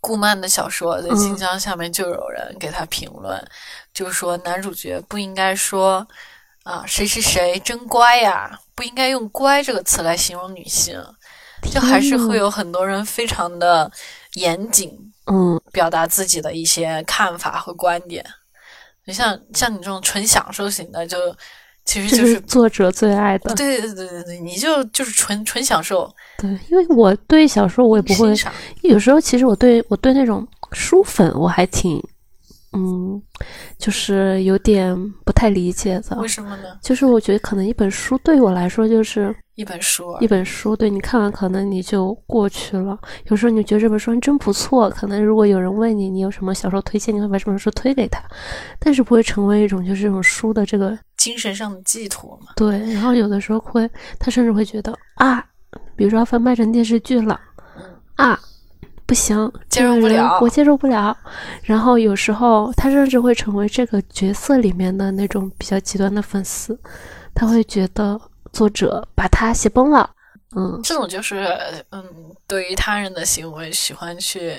S1: 顾漫的小说，在
S2: 嗯
S1: 晋江下面就有人给他评论，就说男主角不应该说啊谁谁谁真乖呀，不应该用乖这个词来形容女性。就还是会
S2: 有
S1: 有很多人非常的严谨，
S2: 嗯
S1: 表达自己的一些看法和观点。你像像你这种纯享受型的，就其实
S2: 这
S1: 就是
S2: 是作者最爱的。
S1: 对对对对对，你就就是纯纯享受
S2: 对，因为我对小说我也不会
S1: 欣赏，
S2: 有时候其实我对我对那种书粉我还挺，嗯，就是有点不太理解的。
S1: 为什么呢？
S2: 就是我觉得可能一本书对我来说就是
S1: 一本书啊
S2: 一本书，对你看完可能你就过去了。有时候你觉得这本书还真不错，可能如果有人问你你有什么小说推荐，你会把这本书推给他，但是不会成为一种就是这种书的这个
S1: 精神上的寄托嘛。
S2: 对。然后有的时候会，他甚至会觉得啊，比如说要翻拍成电视剧了啊。不行，
S1: 接受不
S2: 这个人
S1: 了
S2: 我接受不了。然后有时候他甚至会成为这个角色里面的那种比较极端的粉丝，他会觉得作者把他写崩了，嗯，
S1: 这种就是，嗯，对于他人的行为喜欢去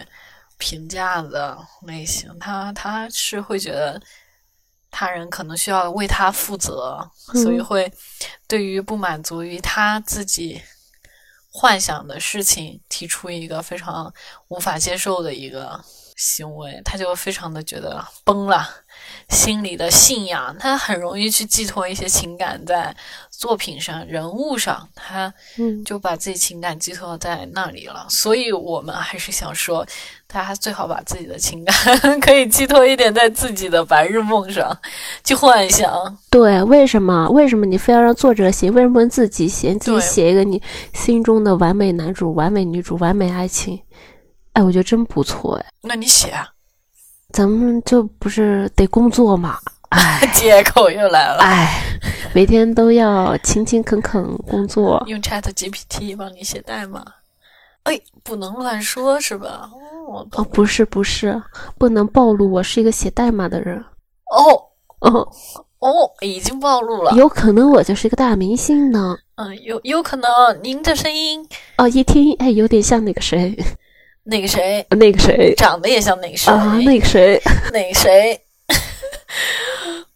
S1: 评价的类型，他他是会觉得他人可能需要为他负责，所以
S2: 嗯
S1: 会对于不满足于他自己幻想的事情提出一个非常无法接受的一个行为，他就非常的觉得崩了，心里的信仰，他很容易去寄托一些情感在作品上、人物上，他。
S2: 嗯
S1: 就把自己情感寄托在那里了。所以我们还是想说，大家最好把自己的情感 可以寄托一点在自己的白日梦上，去幻想。
S2: 对，为什么？为什么你非要让作者写？为什么不能自己写？你自己
S1: 对
S2: 写一个你心中的完美男主、完美女主、完美爱情？哎，我觉得真不错哎。
S1: 那你写啊，
S2: 咱们就不是得工作 嘛？哎
S1: 借口又来了，
S2: 哎，每天都要勤勤恳恳工作。
S1: 用 Chat GPT 帮你写代码。哎，不能乱说，是吧？哦
S2: 哦，不是不是，不能暴露我是一个写代码的人。
S1: 哦
S2: 哦，
S1: 哦，已经暴露了。
S2: 有可能我就是一个大明星呢。
S1: 嗯，有有可能您的声音，
S2: 哦，一听哎，有点像那个谁，
S1: 那个谁
S2: 那个谁
S1: 长得也像那个谁，
S2: 啊，那个谁。
S1: 那谁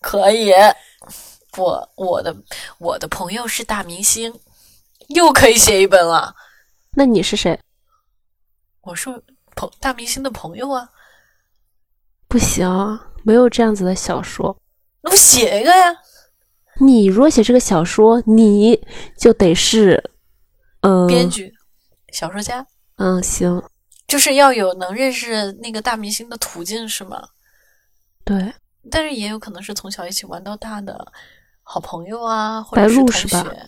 S1: 可以？我我的我的朋友是大明星，又可以写一本了。
S2: 那你是谁？
S1: 我是朋大明星的朋友啊，
S2: 不行，没有这样子的小说。
S1: 那我写一个呀。
S2: 你若写这个小说，你就得是，嗯，
S1: 编剧、小说家，
S2: 嗯，行，
S1: 就是要有能认识那个大明星的途径，是吗？
S2: 对，
S1: 但是也有可能是从小一起玩到大的好朋友啊，或
S2: 白
S1: 者
S2: 鹿
S1: 是
S2: 是
S1: 同
S2: 吧
S1: 学。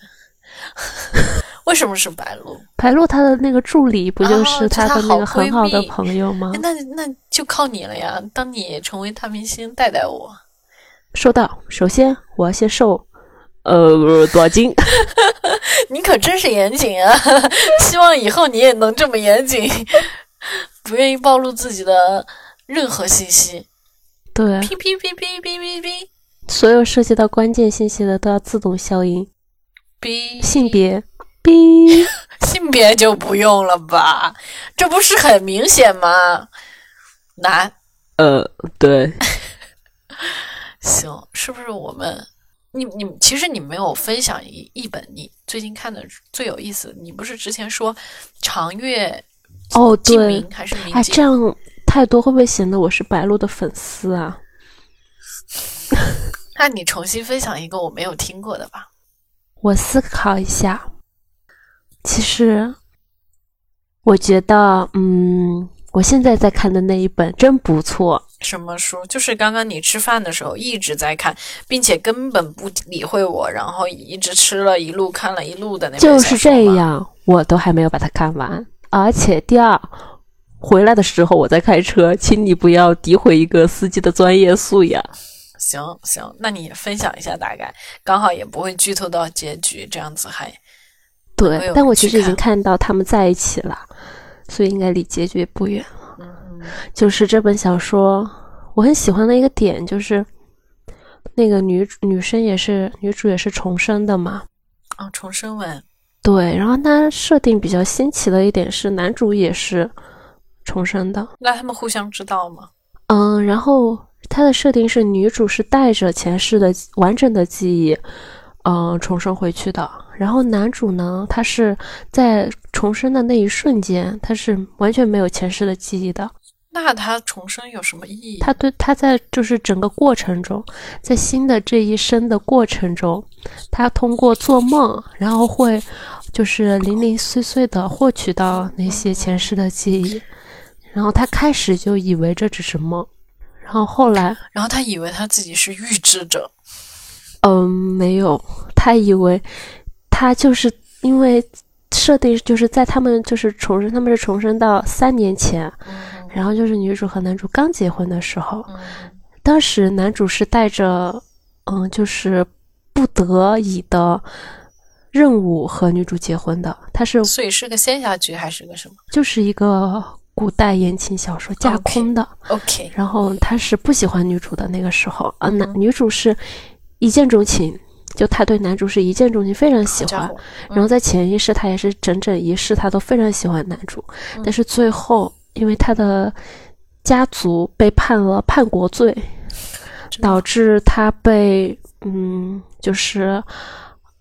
S1: 为什么是白鹿？
S2: 白鹿她的那个助理不就
S1: 哦
S2: 是
S1: 就她
S2: 的那
S1: 好
S2: 个很
S1: 闺
S2: 哦好的
S1: 蜜
S2: 朋友吗
S1: 哎？那那就靠你了呀！当你成为大明星，带带我。
S2: 收到，首先我要先瘦，呃，多少斤？
S1: 你可真是严谨啊！ 希望以后你也能这么严谨， 不愿意暴露自己的任何信息。
S2: 对，
S1: 哔哔哔哔哔哔哔
S2: 所有涉及到关键信息的都要自动消音，
S1: 哔，
S2: 性别，哔，
S1: 性别就不用了吧？这不是很明显吗？男，
S2: 呃，对，
S1: 行，是不是我们？你你其实你没有分享一一本你最近看的最有意思，你不是之前说长月
S2: 哦，
S1: 烬
S2: 对，
S1: 明还是明
S2: 哎，
S1: 烬
S2: 这样太多会不会显得我是白鹿的粉丝啊？
S1: 那你重新分享一个我没有听过的吧。
S2: 我思考一下，其实我觉得，嗯，我现在在看的那一本真不错。
S1: 什么书？就是刚刚你吃饭的时候一直在看，并且根本不理会我，然后一直吃了一路看了一路的那本小
S2: 就
S1: 说
S2: 是这
S1: 吗。
S2: 样，我都还没有把它看完。而且第二，回来的时候我在开车，请你不要诋毁一个司机的专业素养。
S1: 行行，那你分享一下大概，刚好也不会剧透到结局，这样子还我
S2: 对
S1: 有，
S2: 但我
S1: 去
S2: 其实已
S1: 看
S2: 经看到他们在一起了，所以应该离结局也不远。
S1: 嗯
S2: 就是这本小说，我很喜欢的一个点就是，那个女主女生也是女主也是重生的嘛，
S1: 哦，重生文
S2: 对。然后它设定比较新奇的一点是，男主也是重生的，
S1: 那他们互相知道吗？
S2: 嗯。然后它的设定是女主是带着前世的完整的记忆，嗯，重生回去的。然后男主呢，他是在重生的那一瞬间，他是完全没有前世的记忆的，
S1: 那他重生有什么意义？
S2: 他对他在就是整个过程中，在新的这一生的过程中，他通过做梦，然后会就是零零碎碎的获取到那些前世的记忆，然后他开始就以为这只是梦，然后后来，
S1: 然后他以为他自己是预知者，
S2: 嗯，没有，他以为他就是因为设定就是在他们就是重生，他们是重生到三年前，然后就是女主和男主刚结婚的时候，当时男主是带着嗯就是不得已的任务和女主结婚的，他是
S1: 所以是个仙侠剧还是个什么
S2: 就是一个古代言情小说架
S1: OK
S2: 空的。
S1: ？OK，
S2: 然后他是不喜欢女主的那个时候，啊，男
S1: 嗯
S2: 女主是一见钟情，就他对男主是一见钟情，非常喜
S1: 好家
S2: 欢
S1: 伙。
S2: 然后在潜意识，他也是整整一世，他都非常喜欢男主。
S1: 嗯
S2: 但是最后，因为他的家族被判了叛国罪，
S1: 真的
S2: 导致他被嗯，就是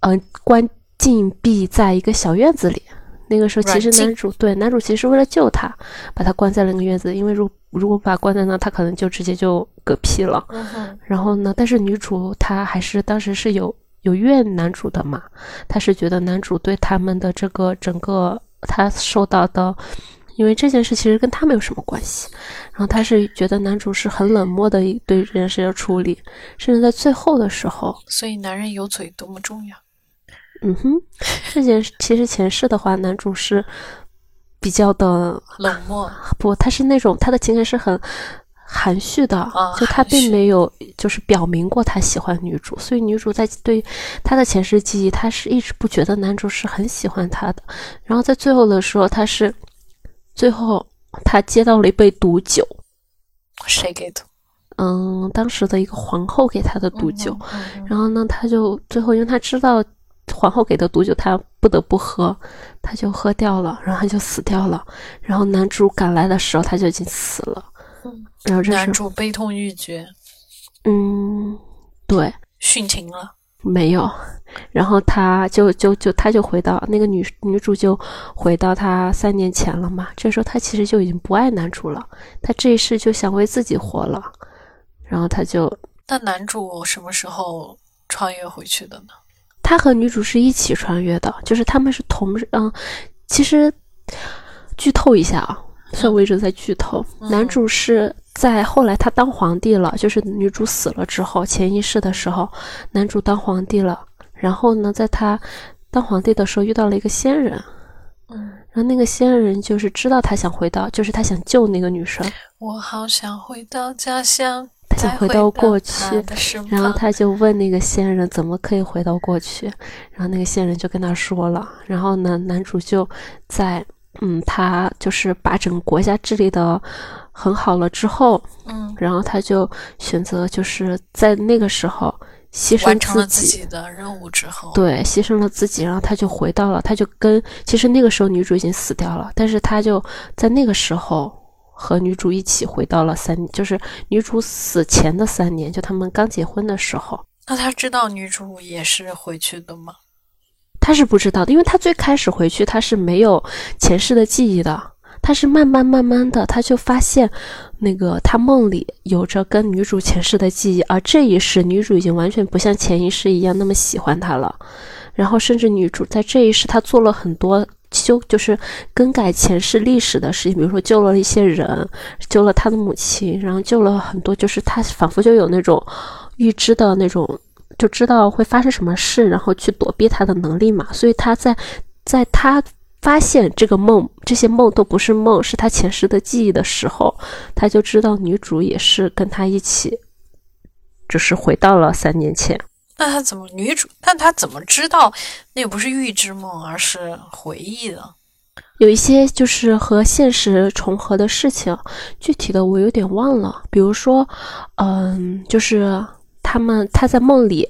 S2: 嗯、呃关禁闭在一个小院子里。那个时候，其
S1: 软
S2: 实
S1: 禁
S2: 男主对男主其实是为了救他，把他关在了那个院子，因为如如果把他关在那，他可能就直接就嗝屁了。
S1: 嗯哼，
S2: 然后呢，但是女主她还是当时是有有怨男主的嘛，她是觉得男主对他们的这个整个她受到的，因为这件事其实跟他们有什么关系，然后她是觉得男主是很冷漠的一对这件事的处理，甚至在最后的时候，
S1: 所以男人有嘴多么重要。
S2: 嗯哼，这件事其实前世的话，男主是比较的
S1: 冷漠，
S2: 不，他是那种他的情感是很含蓄的，
S1: 啊
S2: 就他
S1: 含蓄
S2: 并没有就是表明过他喜欢女主，所以女主在对他的前世记忆，他是一直不觉得男主是很喜欢他的。然后在最后的时候，他是最后他接到了一杯毒酒，
S1: 谁给的？
S2: 嗯，当时的一个皇后给他的毒酒，
S1: 嗯哼，
S2: 然后呢，他就最后因为他知道皇后给的毒酒，他不得不喝，他就喝掉了，然后他就死掉了。然后男主赶来的时候，他就已经死了
S1: 嗯。
S2: 然后这
S1: 男
S2: 是
S1: 主悲痛欲绝，
S2: 嗯，对，
S1: 殉情了。
S2: 没有。然后他就就就他就回到那个女女主就回到他三年前了嘛。这时候他其实就已经不爱男主了，他这一世就想为自己活了。然后他就
S1: 那男主什么时候穿越回去的呢？
S2: 他和女主是一起穿越的，就是他们是同日嗯，其实剧透一下啊，虽然我一直在剧透，男主是在后来他当皇帝了，就是女主死了之后，潜意识的时候，男主当皇帝了，然后呢，在他当皇帝的时候遇到了一个仙人，
S1: 嗯，
S2: 然后那个仙人就是知道他想回到，就是他想救那个女生，
S1: 我好想回到家乡，
S2: 他想
S1: 再
S2: 回
S1: 回
S2: 到过去，
S1: 他的身
S2: 然后
S1: 旁。
S2: 他就问那个仙人怎么可以回到过去，然后那个仙人就跟他说了，然后呢，男主就在嗯，他就是把整个国家治理的很好了之后，
S1: 嗯，
S2: 然后他就选择就是在那个时候牺牲
S1: 完成了自
S2: 己。
S1: 己的任务之后，
S2: 对，牺牲了自己，然后他就回到了，他就跟其实那个时候女主已经死掉了，但是他就在那个时候和女主一起回到了三，就是女主死前的三年，就他们刚结婚的时候，
S1: 那他知道女主也是回去的吗？
S2: 他是不知道的，因为他最开始回去他是没有前世的记忆的，他是慢慢慢慢的他就发现，那个他梦里有着跟女主前世的记忆，而这一世女主已经完全不像前一世一样那么喜欢他了，然后甚至女主在这一世她做了很多。修就是更改前世历史的事情，比如说救了一些人，救了他的母亲，然后救了很多，就是他仿佛就有那种预知的那种就知道会发生什么事，然后去躲避他的能力嘛。所以他在在他发现这个梦，这些梦都不是梦，是他前世的记忆的时候，他就知道女主也是跟他一起，就是回到了三年前。
S1: 那他怎么女主？但他怎么知道那也不是预知梦，而是回忆的？
S2: 有一些就是和现实重合的事情，具体的我有点忘了。比如说，嗯，就是他们他在梦里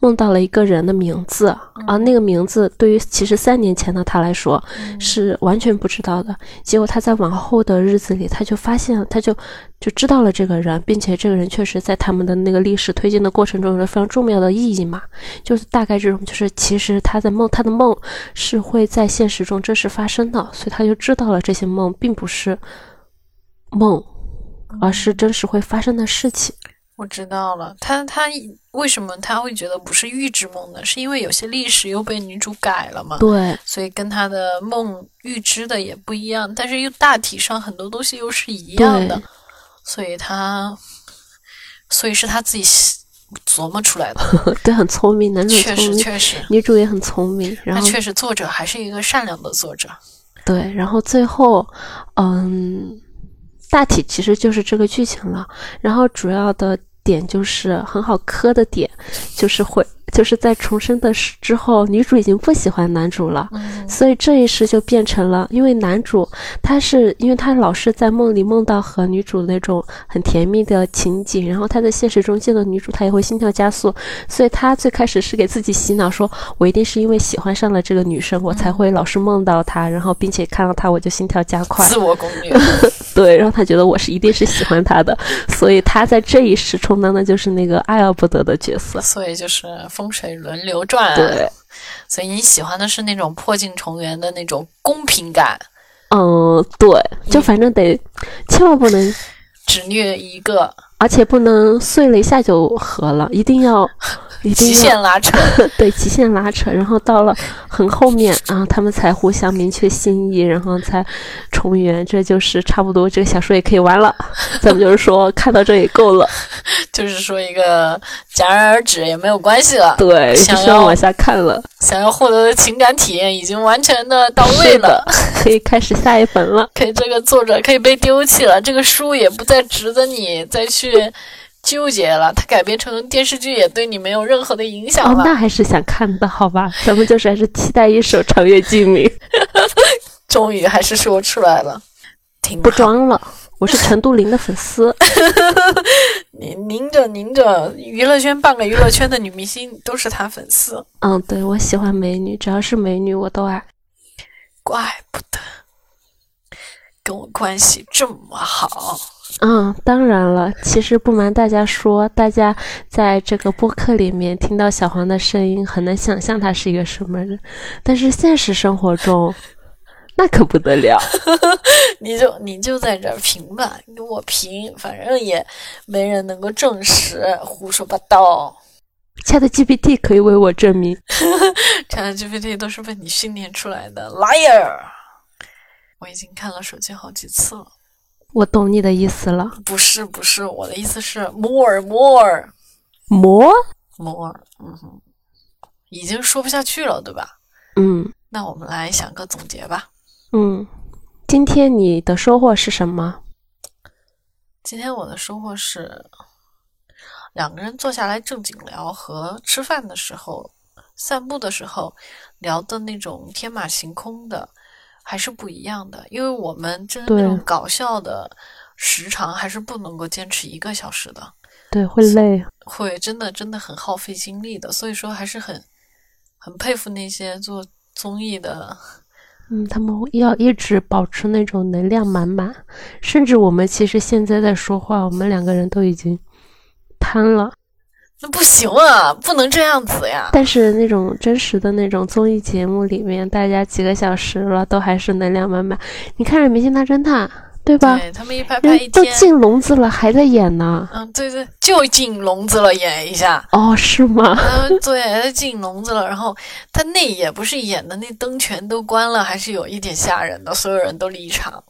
S2: 梦到了一个人的名字啊，那个名字对于其实三年前的他来说是完全不知道的。结果他在往后的日子里，他就发现，他就就知道了这个人，并且这个人确实在他们的那个历史推进的过程中有着非常重要的意义嘛。就是大概这种，就是其实他在梦，他的梦是会在现实中真实发生的，所以他就知道了这些
S1: 哦
S2: 梦并不是梦，而是真实会发生的事情。
S1: 我知道了，他他为什么他会觉得不是预知梦呢？是因为有些历史又被女主改了嘛？
S2: 对，
S1: 所以跟他的梦预知的也不一样，但是又大体上很多东西又是一样的
S2: 对，
S1: 所以他，所以是他自己琢磨出来的，
S2: 对，很聪明，男主很
S1: 确
S2: 聪
S1: 实
S2: 明，
S1: 确实，
S2: 女主也很聪明，然
S1: 那
S2: 后
S1: 确实作者还是一个善良的作者，
S2: 对，然后最后，嗯，大体其实就是这个剧情了。然后主要的点就是很好磕的点，就是会就是在重生的时之后，女主已经不喜欢男主了。
S1: 嗯
S2: 所以这一世就变成了，因为男主他是因为他老是在梦里梦到和女主那种很甜蜜的情景，然后他在现实中见到女主，他也会心跳加速，所以他最开始是给自己洗脑说，我一定是因为喜欢上了这个女生，我才会老是梦到她，然后并且看到她我就心跳 加快，
S1: 自我攻 略，
S2: 对，让他觉得我是一定是喜欢她的，所以他在这一世充当的就是那个爱而不得的角色，
S1: 所以就是风水轮流转，
S2: 对，
S1: 所以你喜欢的是那种破镜重圆的那种公平感，
S2: 嗯，对，就反正得千万不能
S1: 只虐一个，
S2: 而且不能碎了一下就合了，一 定要，一
S1: 极
S2: 定要
S1: 限拉扯，
S2: 对极限拉扯，然后到了很后面，然后他们才互相明确心意，然后才重圆，这就是差不多这个小说也可以完了。咱们就是说看到这也够了，
S1: 就是说一个戛然而止也没有关系了。
S2: 对，
S1: 想
S2: 不需要往下看了，
S1: 想要获得的情感体验已经完全的到位
S2: 是
S1: 了
S2: 的，，可以开始下一本了。
S1: 可以这个作者可以被丢弃了，这个书也不再值得你再去纠结了，它改编成电视剧也对你没有任何的影响
S2: 哦，
S1: 了。
S2: 那还是想看的，好吧？咱们就是还是期待一首《长月烬明》，
S1: 终于还是说出来了，挺
S2: 不
S1: 好。
S2: 装了，我是陈都灵的粉丝。
S1: 您您着您着，娱乐圈半个娱乐圈的女明星都是他粉丝，
S2: 嗯，对，我喜欢美女，只要是美女我都爱。
S1: 怪不得跟我关系这么好。
S2: 嗯，当然了。其实不瞒大家说，大家在这个播客里面听到小黄的声音，很难想象他是一个什么人，但是现实生活中，那可不得了。
S1: 你就你就在这儿评吧，你给我评，反正也没人能够证实，胡说八道。
S2: ChatGPT 可以为我证明。
S1: ChatGPT 都是被你训练出来的，liar！我已经看了手机好几次了。
S2: 我懂你的意思了，
S1: 不是不是，我的意思是 more more
S2: 魔，
S1: more，嗯哼，已经说不下去了，对吧？
S2: 嗯
S1: 那我们来想个总结吧。
S2: 嗯。今天你的收获是什么？
S1: 今天我的收获是，两个人坐下来正经聊和吃饭的时候、散步的时候聊的那种天马行空的，还是不一样的。因为我们真的那种
S2: 对
S1: 搞笑的时长还是不能够坚持一个小时的，
S2: 对，会累。啊
S1: 会真的真的很耗费精力的。所以说，还是很很佩服那些做综艺的。
S2: 嗯，他们要一直保持那种能量满满，甚至我们其实现在在说话，我们两个人都已经瘫了。
S1: 那不行啊，不能这样子呀！
S2: 但是那种真实的那种综艺节目里面，大家几个小时了都还是能量满满。你看人《明星大侦探》，对吧？
S1: 对他们一拍拍一
S2: 人都
S1: 天，
S2: 进笼子了还在演呢。
S1: 嗯，对对，就进笼子了，演一下。
S2: 哦，是吗？
S1: 嗯，对，他进笼子了。然后他那也不是演的，那灯全都关了，还是有一点吓人的，所有人都离场。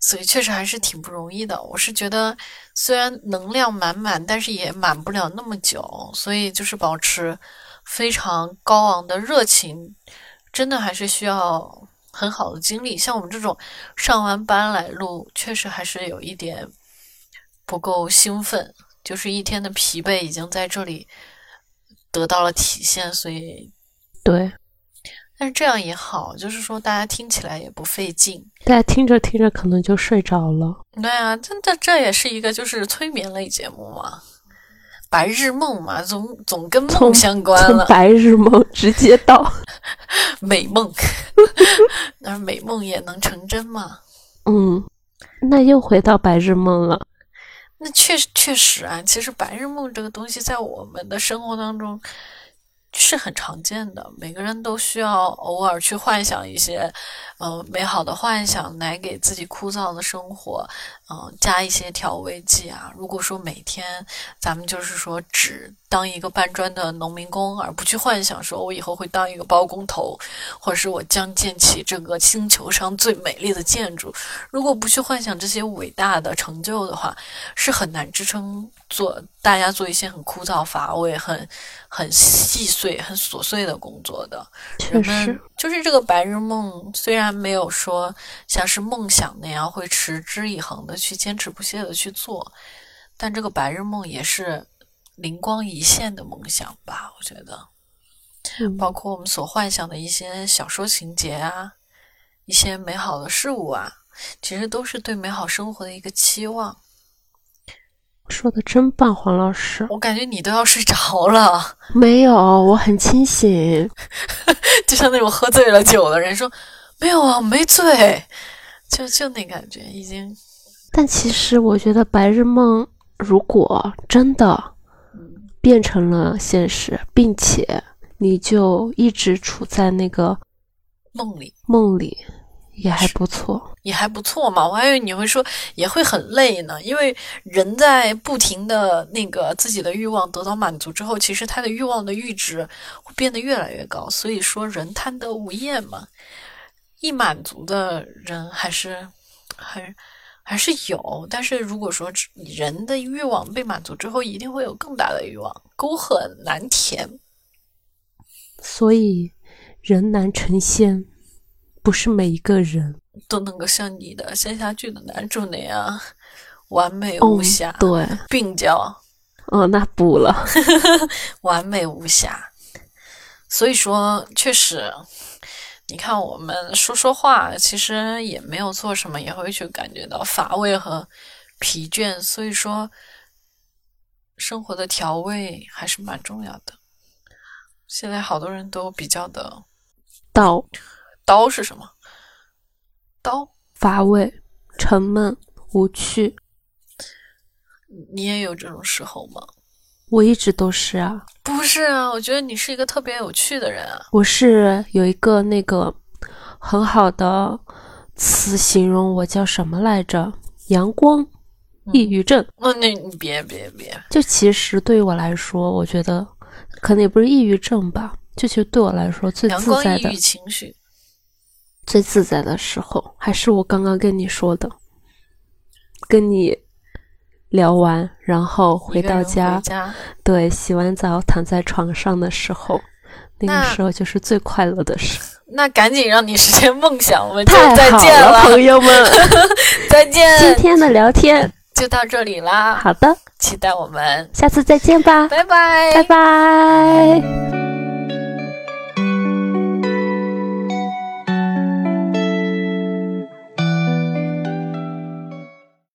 S1: 所以确实还是挺不容易的。我是觉得，虽然能量满满，但是也满不了那么久，所以就是保持非常高昂的热情，真的还是需要很好的精力。像我们这种上完班来录，确实还是有一点不够兴奋，就是一天的疲惫已经在这里得到了体现，所以，
S2: 对，
S1: 但是这样也好，就是说大家听起来也不费劲。
S2: 大家听着听着可能就睡着了。
S1: 对啊，这这这也是一个就是催眠类节目嘛，白日梦嘛，总总跟梦
S2: 从
S1: 相关
S2: 从
S1: 了，
S2: 白日梦直接到，
S1: 美梦， 但是美梦也能成真嘛。
S2: 嗯，那又回到白日梦了。
S1: 那确实确实啊，其实白日梦这个东西在我们的生活当中是很常见的，每个人都需要偶尔去幻想一些，呃，美好的幻想来给自己枯燥的生活，嗯、加一些调味剂啊。如果说每天咱们就是说只当一个搬砖的农民工，而不去幻想说我以后会当一个包工头，或者是我将建起这个星球上最美丽的建筑，如果不去幻想这些伟大的成就的话，是很难支撑做大家做一些很枯燥乏味、很很细碎、很琐碎的工作的。
S2: 确
S1: 人们
S2: 实，
S1: 就是这个白日梦，虽然没有说像是梦想那样会持之以恒的去坚持不懈的去做，但这个白日梦也是灵光一现的梦想吧，我觉得。
S2: 嗯
S1: 包括我们所幻想的一些小说情节啊，一些美好的事物啊，其实都是对美好生活的一个期望。
S2: 说的真棒，黄老师。
S1: 我感觉你都要睡着了，
S2: 没有，我很清醒。
S1: 就像那种喝醉了酒的人说：“没有啊，我没醉。”就就那感觉，已经
S2: 但其实我觉得白日梦如果真的变成了现实，并且你就一直处在那个
S1: 梦里
S2: 梦里，也还不错。
S1: 也还不错嘛。我还以为你会说也会很累呢，因为人在不停的那个自己的欲望得到满足之后，其实他的欲望的阈值会变得越来越高。所以说，人贪得无厌嘛，易满足的人还是还还是有，但是如果说只人的欲望被满足之后，一定会有更大的欲望，沟壑难填。
S2: 所以人难成仙，不是每一个人
S1: 都能够像你的仙侠剧的男主那样完美
S2: 哦
S1: 无瑕，，
S2: 对，
S1: 病娇
S2: 哦，那补了。
S1: 完美无瑕。所以说，确实，你看我们说说话，其实也没有做什么，也会去感觉到乏味和疲倦。所以说，生活的调味还是蛮重要的。现在好多人都比较的
S2: 到
S1: 刀是什么？刀，
S2: 乏味、沉闷、无趣，
S1: 你也有这种时候吗？
S2: 我一直都是啊。
S1: 不是啊，我觉得你是一个特别有趣的人啊。
S2: 我是有一个那个很好的词形容我叫什么来着？阳光
S1: 嗯
S2: 抑郁症。
S1: 那那你别别别，
S2: 就其实对于我来说，我觉得可能也不是抑郁症吧，就其实对我来说最
S1: 阳
S2: 自
S1: 光
S2: 在
S1: 抑
S2: 的
S1: 郁、情绪，
S2: 最自在的时候，还是我刚刚跟你说的，跟你聊完，然后回
S1: 一个
S2: 到
S1: 人
S2: 家
S1: 回，家
S2: 对，洗完澡躺在床上的时候，那
S1: 那
S2: 个时候就是最快乐的时候。
S1: 那赶紧让你实现梦想，我们就
S2: 太
S1: 再
S2: 好
S1: 见
S2: 了，朋友们。
S1: 再见，
S2: 今天的聊天，
S1: 就到这里啦，
S2: 好的，
S1: 期待我们，
S2: 下次再见吧，
S1: 拜拜，
S2: 拜拜